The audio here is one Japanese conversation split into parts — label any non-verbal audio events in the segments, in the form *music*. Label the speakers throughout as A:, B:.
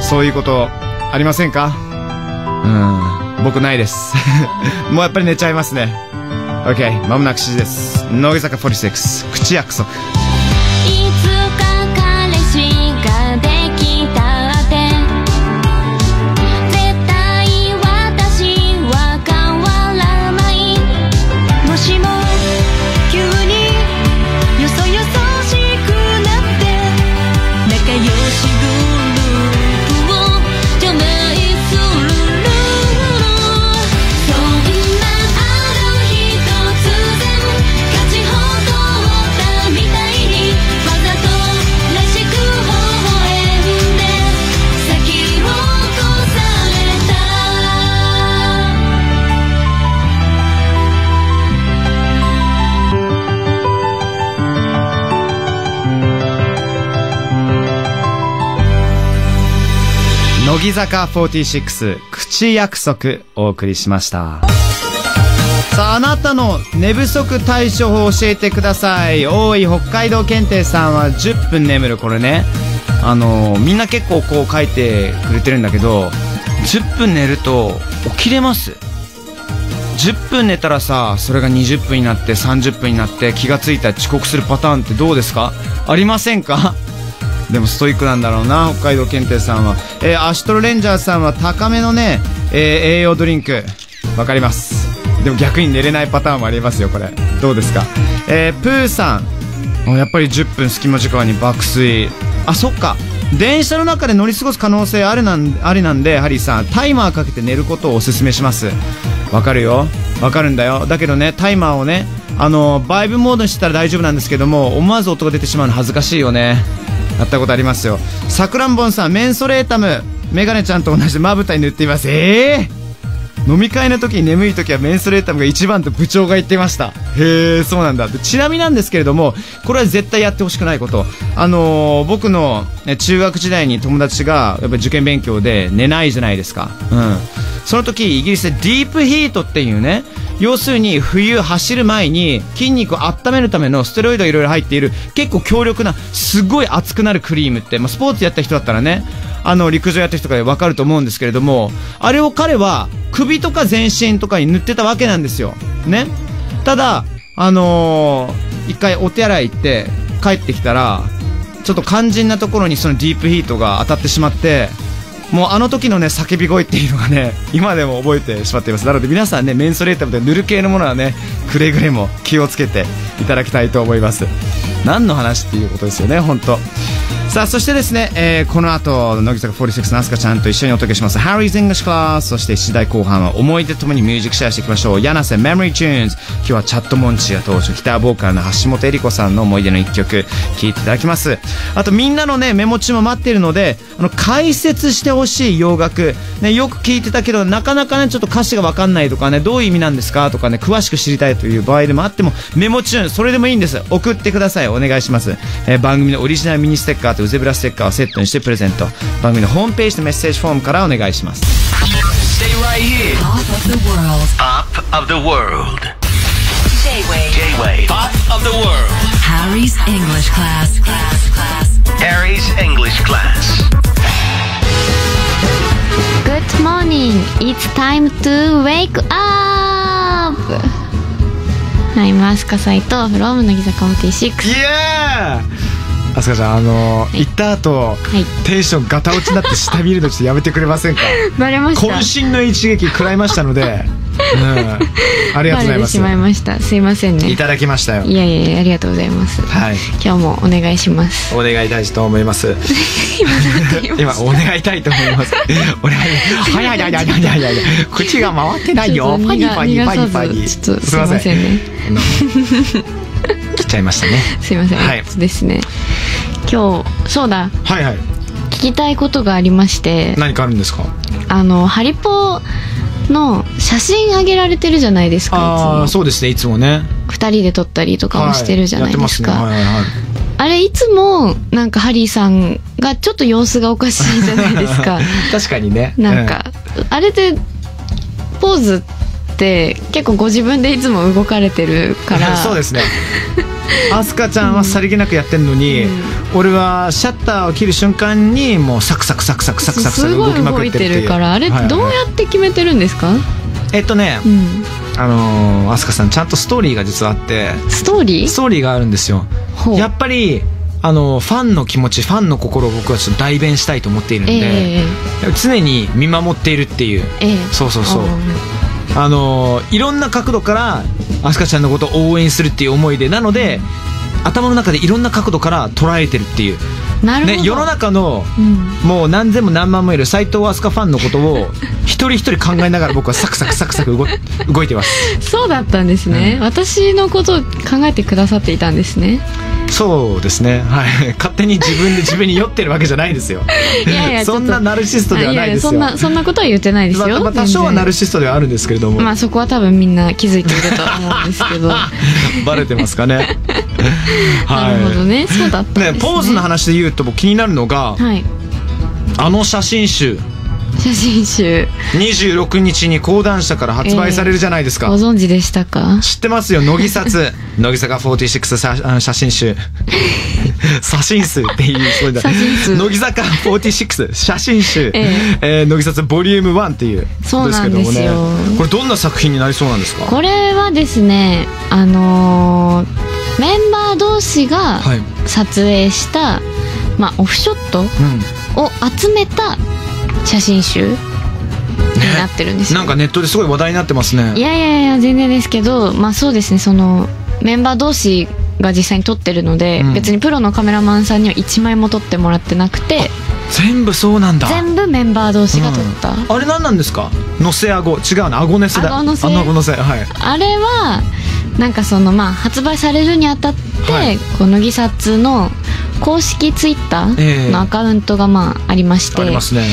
A: そういうことありませんかうん僕ないです *laughs* もうやっぱり寝ちゃいますね OK まもなく7時です乃木坂46口約束
B: いつか彼氏ができたって絶対私は変わらないもしも急によそよそしくなって仲良しグループを除名するそんなある日突然勝ち誇ったみたいにわざとらしく微笑んで先を越された
A: 乃木坂46口約束お送りしましたさああなたの寝不足対処法を教えてください多い北海道検定さんは10分眠るこれねあのーみんな結構こう書いてくれてるんだけど10分寝ると起きれます10分寝たらさそれが20分になって30分になって気がついたら遅刻するパターンってどうですかありませんかでもストイックなんだろうな北海道検定さんは、えーアシュトロレンジャーさんは高めのね、えー栄養ドリンクわかりますでも逆に寝れないパターンもありますよこれどうですか、えープーさんあやっぱり10分隙間時間に爆睡あそっか電車の中で乗り過ごす可能性あるなんありなんでハリーさんタイマーかけて寝ることをおすすめしますわかるよわかるんだよだけどねタイマーをねあのバイブモードにしてたら大丈夫なんですけども思わず音が出てしまうの恥ずかしいよねやったことありますよさくらんぼんさんメンソレータムメガネちゃんと同じでまぶたに塗っていますええ飲み会の時に眠い時はメンソレータムが一番と部長が言ってましたへえそうなんだでちなみになんですけれどもこれは絶対やってほしくないことあのー僕のね中学時代に友達がやっぱり受験勉強で寝ないじゃないですかうんその時イギリスでディープヒートっていうね要するに冬走る前に筋肉を温めるためのステロイドがいろいろ入っている結構強力なすごい熱くなるクリームって、まあ、スポーツやった人だったらねあの陸上やってる人とかで分かると思うんですけれどもあれを彼は首とか全身とかに塗ってたわけなんですよ、ね、ただ、あのー一回お手洗い行って帰ってきたらちょっと肝心なところにそのディープヒートが当たってしまってもうあの時のね叫び声っていうのがね今でも覚えてしまっていますなので皆さんねメンソレータムで塗る系のものはねくれぐれも気をつけていただきたいと思います何の話っていうことですよね本当さあそしてですね、えーこの後乃木坂46のアスカちゃんと一緒にお届けします「ハリーズ・ングシュ・クラス」そして次第後半は思い出ともにミュージックシェアしていきましょう柳瀬メモリー・チューンズ今日はチャットモンチーが当初ギターボーカルの橋本恵里子さんの思い出の一曲聴いていただきますあとみんなのねメモ中も待っているのであの解説してほしい洋楽、ね、よく聞いてたけどなかなかねちょっと歌詞が分かんないとかねどういう意味なんですかとかね詳しく知りたいという場合でもあってもメモ中それでもいいんです送ってくださいお願いします、えー番組のオリジナルミニステッカーとウゼブラステッカーをセットにしてプレゼント番組のホームページのメッセージフォームからお願いします
C: Stay right here.
D: Top of the world.
C: Pop of the world.
D: J-Wave.
C: J-Wave. Pop of the world.
D: Harry's English class. Class, class.
C: Harry's English class.
B: Good morning. It's time to wake up. はい、マスカサイとフローム乃木坂
A: イ
B: 46。
A: エーアスカちゃんあのー
B: い
A: 行った後
B: い
A: テンションガタ落ちになって下見るのちょっとやめてくれませんか
B: バレました。
A: *laughs* 渾身の一撃食らいましたので、うん、ありが
B: バ
A: とうございま
B: レて
A: す
B: しまいました。すいませんね。
A: いただきましたよ
B: いやいやいやありがとうございます。
A: はい
B: 今日もお願いします。
A: お願いたいと思います今お願いたいと思い
B: *laughs*
A: ますお願いはいはいはいはいはいはいはい口が回ってないよパニパニパニパニ
B: ちょっとすいませんね。
A: あの切っちゃいましたね
B: すいません。
A: はい
B: そうですね。今日そうだ
A: はいはい
B: 聞きたいことがありまして、
A: 何かあるんですか
B: あのハリポの写真あげられてるじゃないです
A: あ
B: か。
A: あ
B: いつも
A: そうですねいつもね
B: 二人で撮ったりとかもしてるじゃないですか。
A: はいやってますね
B: あれいつもなんかハリーさんがちょっと様子がおかし
A: *laughs*
B: いじゃない
A: はい
B: です
A: はい
B: か
A: はい確かにね
B: なんか、あれでポーズ
E: って結構ご自分でいつも動かれてるから
A: *laughs* そうですねアスカちゃんはさりげなくやってんのに、俺はシャッターを切る瞬間にもうサクサクサクサクサクサク
E: すご
A: 動き
E: い
A: ま
E: 動
A: くっ
E: い
A: てるっててい
E: るからあれ
A: はいはい
E: どうやって決めてるんですか、
A: えっとね、
E: うん、
A: あのー、アスカさんちゃんとストーリーが実はあって
E: ストーリ
A: ス
E: ー
A: トーリーがあるんですよ
E: ほう
A: やっぱりあのファンの気持ちファンの心を僕はちょっと代弁したいと思っているん
E: ええ
A: で、
E: ええ
A: 常に見守っているっていう
E: ええ
A: そうそうそう
E: あ
A: あのいろんな角度からアスカちゃんのことを応援するっていう思いでなので頭の中でいろんな角度から捉えてるっていう、
E: ーなるほど、
A: ね、世の中の
E: うん
A: もう何千も何万もいる斎藤飛鳥ファンのこと
E: *laughs*
A: を一人一人考えながら僕はサクサクサクサク動い動いてます
E: そうだったんですね、
A: うん
E: 私のことを考えてくださっていたんですね
A: そうですねはい勝手に自分で自分に酔ってるわけじゃないですよ
E: いやいやちょっ
A: そ
E: と
A: んなナルシストではないですよ
E: あややそんなそんなことは言ってないですよ、
A: まあまあ多少はナルシストではあるんですけれども、
E: まあそこは多分みんな気づいているとは思うんですけど
A: *laughs* バレてますか
E: *laughs*
A: ねはい
E: なるほどねそうだったんですね
A: ねポーズの話で言うと僕気になるのが
E: はい
A: あの写真集
E: 写真集
A: 26日に講談社から発売されるじゃないですか、
E: ご存知でしたか
A: 知ってますよ乃木
E: *laughs*
A: 札乃木坂46さあの写真集写真数っていうそうだ
E: 写真数
A: 乃木坂46写真集、
E: え
A: えー乃木札ボリューム1っていう
E: そうなんですよ
A: けどもねこれどんな作品になりそうなんですか
E: これはですねあのーメンバー同士が
A: はい、うん、
E: 撮影した、まあ、オフショットを集めた写真集になってるんですよ
A: なんかネットですごい話題になってますね
E: いやいやいや全然ですけどまあそうですねそのメンバー同士が実際に撮ってるので、
A: うん
E: 別にプロのカメラマンさんには1枚も撮ってもらってなくて
A: 全部そうなんだ
E: 全部メンバー同士が撮った、
A: あれ何なんですかのせあご違うなあごねせだ
E: 顎のせ
A: あのあごのせはい
E: あれはなんかそのまあ発売されるにあたって、
A: はい
E: こう乃木撮の公式ツイッタ
A: ええ
E: ーのアカウントがまあありまして、
A: ありますね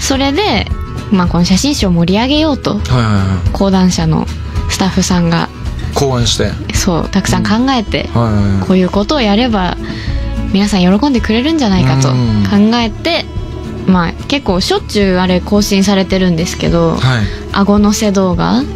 E: それで、まあ、この写真集を盛り上げようと
A: うんはいはいは
E: 講談社のスタッフさんが
A: い考案してはい
E: そうたくさん考えて、
A: はいはい
E: こういうことをやれば皆さん喜んでくれるんじゃないかと
A: う
E: 考
A: ん
E: えて、まあ結構しょっちゅうあれ更新されてるんですけど
A: はい
E: 顎のせ動画
A: うん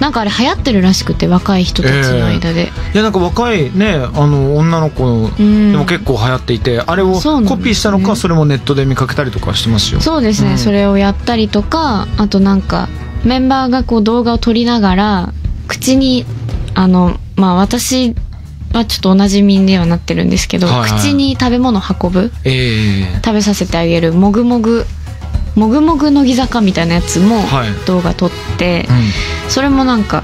E: なんかあれ流行ってるらしくて若い人たちの間で、
A: いやなんか若いねあの女の子の
E: うん
A: でも結構流行っていてあれを
E: そうなんです
A: コ
E: ね
A: ピーしたのかそれもネットで見かけたりとかしてますよ
E: そうですね、
A: うん
E: それをやったりとかあとなんかメンバーがこう動画を撮りながら口にあのまあ私はちょっとおなじみにはなってるんですけど、
A: はいはい
E: 口に食べ物運ぶ
A: ええ
E: 食べさせてあげるもぐもぐもぐもぐ乃木坂みたいなやつも
A: はい
E: 動画撮って、
A: うん
E: それもなんか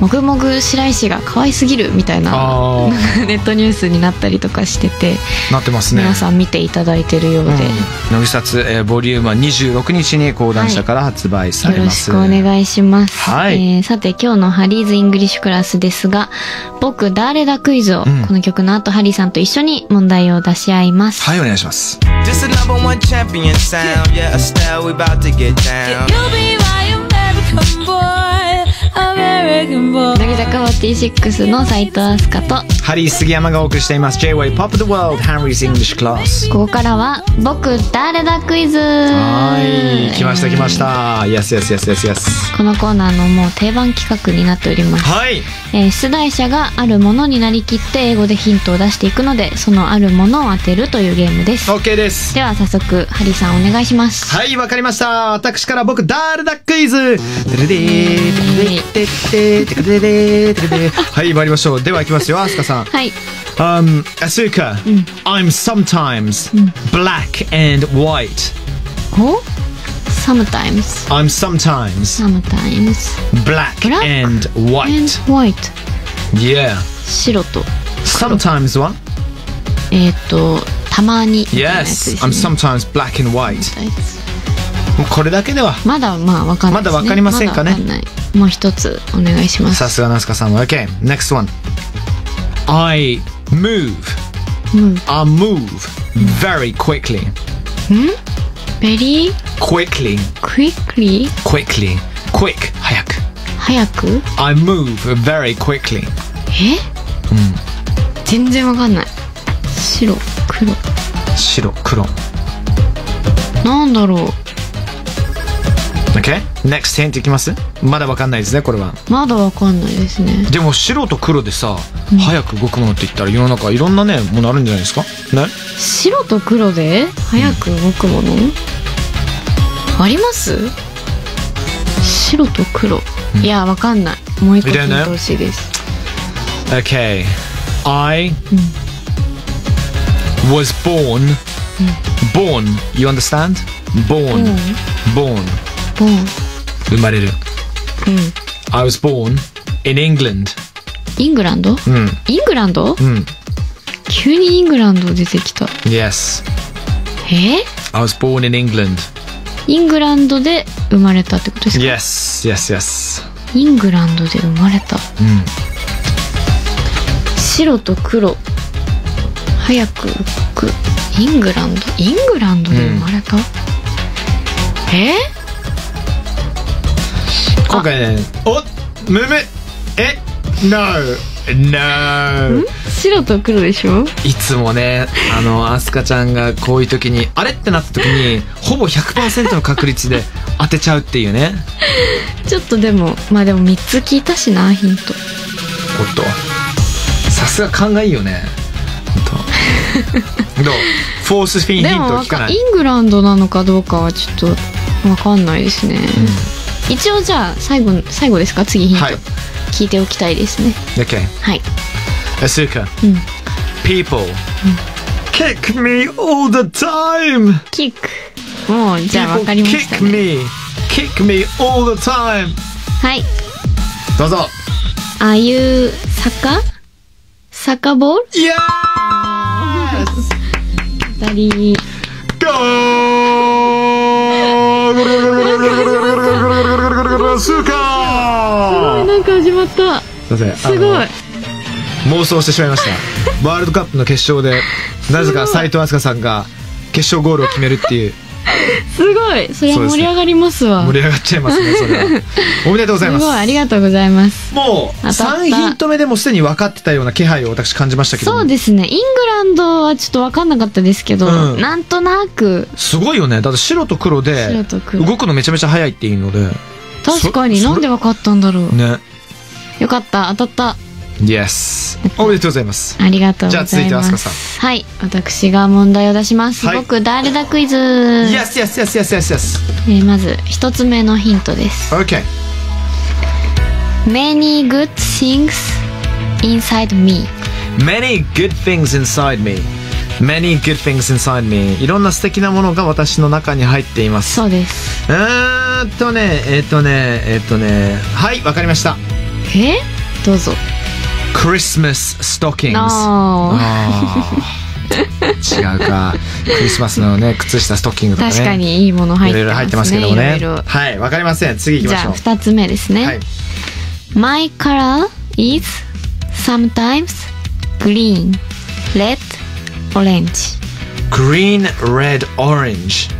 E: もぐもぐ白石が可愛すぎるみたいな
A: あ
E: *laughs* ネットニュースになったりとかしてて、
A: あなってますね
E: 皆さん見ていただいてるようで、
A: うん乃木札、えーボリュームは26日に講談社から発売さ
E: よ
A: れ
E: ろ
A: ま
E: し
A: す、
E: くお願いします、
A: はい
E: えーさて今日のハリーズ・イングリッシュクラスですが「僕誰だクイズを」
A: うん
E: この曲の後ハリーさんと一緒に問題を出し合います、
A: はいお願いします
F: This the number one champion sound. Yeah, Estelle, we about to get down.
B: You'll be my American boy American boy
E: 乃木坂46の斉藤飛鳥と
A: ハリー杉山がお送りしています J-Way Pop the World Henry's English Class
E: ここからは「僕誰だクイズ」
A: はい来ました来ました。Yes yes yes yes yes。
E: このコーナーのもう定番企画になっております、
A: はい。
E: えー出題者があるものになりきって英語でヒントを出していくのでそのあるものを当てるというゲームです
A: OK です。
E: では早速ハリーさんお願いします
A: はい、わかりました。私から僕、誰だクイズてれれーてれれーてれれーてれれーてれれーはい、参りましょう。では、いきますよ、アスカさん。
E: はい
A: Um, Asuka, I'm sometimes black and white.
E: お Sometimes
A: I'm sometimes
E: Sometimes
A: black
E: Black
A: and
E: and
A: white.
E: white
A: Yeah.
E: 白と
A: Sometimes what?
E: えっ、とたまにみたいな
A: Yes.
E: やつです、ね
A: I'm sometimes black and white. もうこれだけでは。
E: まだまあわかんないです、ね、
A: まだわかりませんかね
E: だわんないもう一つお願いします
A: さすがナスカさんは OK next one I move I move very quickly
E: ベリー
A: quickly
E: quickly
A: quickly quick 早く
E: 早く
A: I move very quickly
E: え、全然わかんない白黒
A: 白黒
E: なんだろう
A: なん Okay? Next hint いきますまだわかんないですね、これは。
E: まだわかんないですね
A: でも白と黒でさ、早く動くものって言ったら世の中いろんなね、ものあるんじゃないですかね
E: 白と黒で早く動くもの、あります白と黒、いやわかんないもう一個
A: みたい
E: 聞
A: ない
E: てほしいです
A: Okay. I was born. Born. You understand? Born. Born.
E: ボン
A: 生まれる。
E: うん
A: I was born in England.
E: イングランド
A: うん。
E: イングラン
A: う
E: ド
A: ん。
E: 急にイングランド出てきた
A: Yes.
E: え
A: I was born in England.
E: イングランドで生まれたってことですか、
A: Yes. Yes. Yes.
E: イングランドで生まれた
A: うん。
E: 白と黒早く動くイングランドイングランドで生まれた、え
A: 今回ね。おむむえ ?No. No.
E: 白と黒でしょ
A: いつもね、あの、アスカちゃんがこういう時に、あれってなった時に、ほぼ100%の確率で当てちゃうっていうね。
E: ちょっとでもまあでも3つ聞いたしなヒント
A: おっと。さすが勘がいいよね。ほんと
E: *laughs*
A: どうフォースフィン
E: で
A: ヒン
E: も
A: トを
E: わ
A: 聞か
E: か
A: ない
E: イ。ングランドなのかどうかはちょっとわかんないですね、一応じゃあ最後最後ですか次ヒント、
A: はい
E: 聞いておきたいですね
A: Okay.
E: はい
A: Asuka.
E: うん
A: People. Kick me all the time!
E: キックもうじゃあわかりました
A: People
E: ね
A: kick me! Kick me all the time!
E: はい
G: どうぞ
E: あゆ坂坂ボール
A: Yes!
E: あたり
A: Go!
E: あ
A: Asuka!
E: なんか始まった
A: すいませんあの
E: すごい
A: 妄想してしまいま
E: *laughs*
A: したワールドカップの決勝でなぜか斉藤飛鳥さんが決勝ゴールを決めるっていう
E: すごいそれは
A: そうですね
E: 盛り上がりますわ
A: 盛り上がっちゃいますねそれは
E: *laughs*
A: おめでとうございますす
E: ごいありがとうございます
A: もう
E: 当たった
A: 3ヒント目でもすでに分かってたような気配を私感じましたけど
E: そうですねイングランドはちょっと分かんなかったですけど、
A: うん
E: なんとなく
A: すごいよねだって白と黒で
E: 白と黒
A: 動くのめちゃめちゃ早いっていうので
E: 確かに
A: そそれ
E: なんで分かったんだろう
A: ね
E: よかった当たっ
A: Yes おめでとうございます
E: たありがとうございます
A: じゃあ続いて飛鳥さ
E: はい私が問題を出します、
A: はい
E: 僕誰だクイズ、え
A: Yes yes yes yes yes yes
E: ーまず一つ目のヒントです
A: OK
E: Many good things inside me
A: Many good things inside me Many good things inside me いろんな素敵なものが私の中に入っています
E: そうです
A: うーんとねえっ、とねえっ、とねはいわかりました
E: えどうぞ
A: Christmas stockings
E: あ
A: あー違うかクリスマスの
E: *laughs*
A: ね靴下ストッキングとかね
E: 確かにいいもの入
A: い
E: っ
A: ろい
E: て
A: ろ入ってま
E: ますす
A: け
E: ね
A: どもね
E: いろいろ
A: はいわかりません次行き
E: じ
A: まし
E: ゃ
A: ょ
E: あ
A: う
E: 二つ目ですね、
A: はい
E: My color is sometimes green, red, orange.
A: Green, red, orange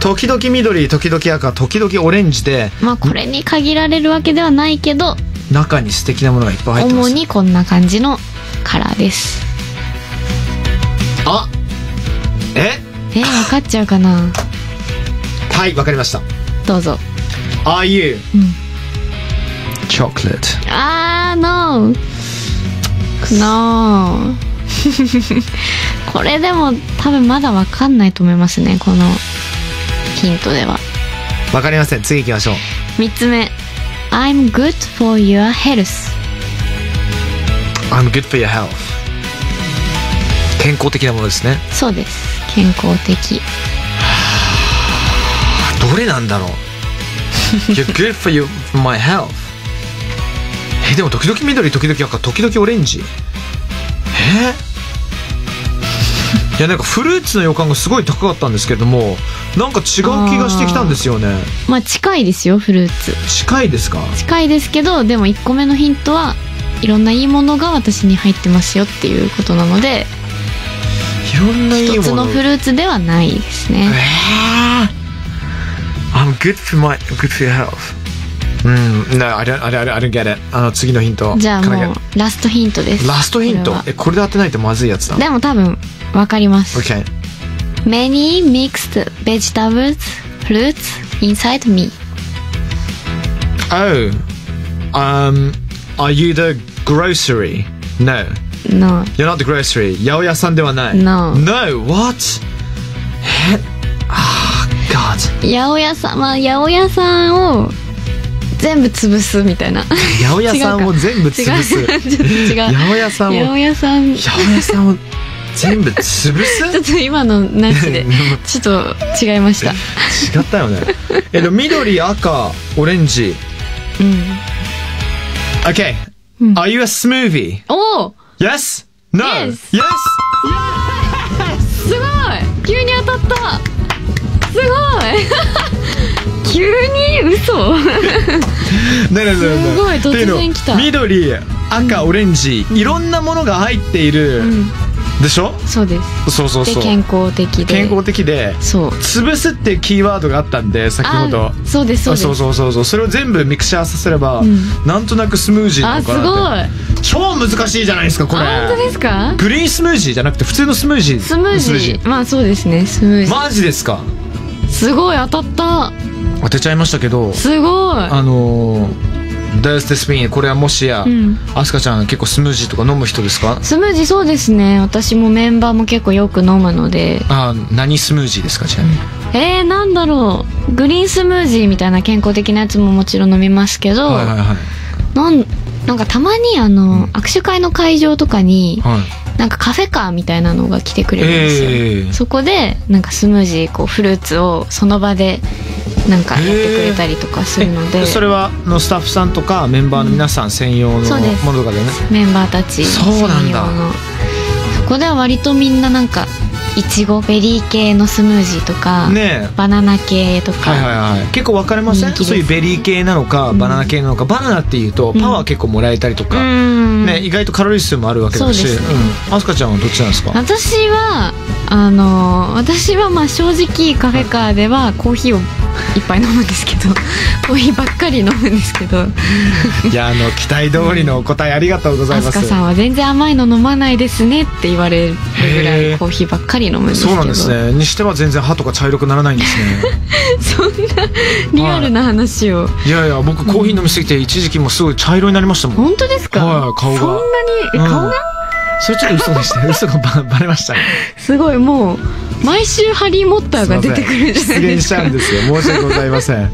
A: 時々緑時々赤時々オレンジで
E: まあこれに限られるわけではないけど、
A: 中に素敵なものがいっぱい入ってま
E: 主
A: す
E: にこんな感じのカラーです。
A: あえ
E: えー、わかっちゃうかな。
A: はいわかりました
E: どうぞ。
A: Are you、
E: ん
A: chocolate
E: あー、no! No! *laughs* これでも多分まだわかんないと思いますね、このヒントでは。
A: わかりません次行きましょう
E: 三つ目。I'm good for your health.
A: I'm good for your health 健康的なものですね
E: そうです。健康的。
A: どれなんだ *laughs* ろう You're good for, you, for my health えでも時々緑時々赤時々オレンジえいやなんかフルーツの予感がすごい高かったんですけれどもなんか違う気がしてきたんですよね
E: まあ近いですよフルーツ
A: 近いですか
E: 近いですけどでも1個目のヒントはいろんないいものが私に入ってますよっていうことなので
A: いろんないい
E: 一つ
A: も
E: の
A: の
E: フルーツではないです
A: え
E: ね
A: ー I'm good for my good for your health うん、no, I don't, I don't, I don't get it あの次のヒント
E: じゃあ
A: Can I
E: も
A: get it?
E: うラストヒントです
A: ラストヒント
E: これ
A: えこれで当てないとまずいやつだ
E: はでも多分わかります、
A: OK
E: Many mixed vegetables fruits inside me
A: Oh. Um, are you the grocery? No.
E: No.
A: You're not the grocery. 八百屋さんではない。
E: No.
A: No. What? え Ah, God.
E: 八百屋さん、まあ、八百屋さんを全部潰すみたいな。
A: 八百屋さんを全部潰す。
E: 違うかちょっと違う。
A: 八百屋
E: *laughs*
A: さんを
E: 八百屋さん。ち
A: 八百屋さんを全部潰す
E: *laughs* ょっと今のなし
A: *laughs*
E: で、ちょっと違いました。
A: 違ったよ
E: *laughs*
A: ね。えっと、緑、赤、オレンジ。Okay. Are you a smoothie?
E: おお
A: Yes? No?
E: Yes.
A: yes?
E: すごい急に当たったすごい *laughs* 急に
A: *laughs*
E: 嘘
A: ねえねえねえねえ
E: すごい突然来た
A: っていうの緑赤オレンジ、いろんなものが入っている、でしょ
E: そうです。
A: そうそう
E: で
A: そう
E: 健康的で。
A: 健康的で
E: そう。
A: 潰すっていうキーワードがあったんで先ほど
E: あ、そうですそうです。
A: そうそうそうそうそれを全部ミクシャーさせれば、
E: ん
A: なんとなくスムージーな
E: あ
A: の
E: すご
A: か
E: い。
A: なって
E: あ
A: 超難しいじゃないですかこれ
E: 本当ですか？
A: グリーンスムージーじゃなくて普通のスムージー
E: スムージー。まあそうですね。スムージー。
A: マジですか
E: すごい当たっ
A: 当てちゃいましたけど
E: た。すごい。
A: あのー、ダイステスピンこれはもしや、
E: ん
A: アスカちゃん結構スムージーとか飲む人ですか
E: スムージーそうですね。私もメンバーも結構よく飲むので。
A: あー何スムージーですかちなみに
E: えー、なんだろう。グリーンスムージーみたいな健康的なやつももちろん飲みますけど、
A: はいはいはい
E: なんなんかたまにあの、握手会の会場とかに、
A: はい
E: なんかカフェカーみたいなのが来てくれるんですよ、
A: ええ
E: そこでなんかスムージーこうフルーツをその場でなんかやってくれたりとかするので、
A: えそれはあのスタッフさんとかメンバーの皆さん専用の
E: そうです
A: ものとかでね
E: メンバーたち
A: そうなんだ
E: 専用のそこでは割とみんななんかいちごベリー系のスムージーとか、
A: ねえ
E: バナナ系とか、
A: はいはいはい結構分かれません
E: 人気です
A: そういうベリー系なのかバナナ系なのか、バナナっていうとパワー結構もらえたりと
E: う
A: か、
E: ん、
A: ね、意外とカロリー数もあるわけだし
E: そうですね
A: うん、アスカちゃんはどっちなんですか
E: 私はあの私はまあ正直カフェカーではコーヒーをいっぱい飲むんですけどコーヒーばっかり飲むんですけど
A: いやあの期待通りのお答えありがとうござい
E: 飛
A: ます、
E: 鳥さんは全然甘いの飲まないですねって言われるぐら
A: へー
E: いコーヒーばっかり飲むんですけど
A: そうなんですねにしては全然歯とか茶色くならないんです
E: *laughs*
A: ね
E: そんなリアルな話を、
A: いやいや僕コーヒー飲みすぎて一時期もうすごい茶色になりましたもん
E: 本当ですか、
A: はい顔が
E: そんなにえ
A: うん
E: 顔が、
A: それちょっと嘘でしたね嘘がばバレ *laughs* ましたね
E: すごいもう毎週ハリー・モッターが出てくるじゃない
A: 出
E: で
A: 現し
E: す
A: ち
E: か
A: ゃうんですよ申し訳ございませ
E: *laughs*
A: ん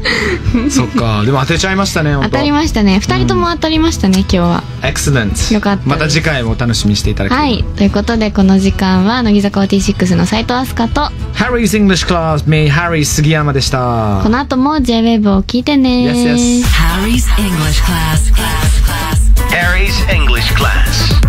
A: そっかでも当てちゃいましたね本当
E: 当たりましたね2人とも当たりましたね、今日は
A: エクセレント
E: よかったです
A: また次回もお楽しみにしていただければ
E: はいということでこの時間は乃木坂46の斉藤飛鳥と
A: Harry's English Class me Harry 杉山でした
E: この後も JWAVE を聞いてね
A: Yes, yes.
D: Harry's English class. class, class.
C: Harry's English class.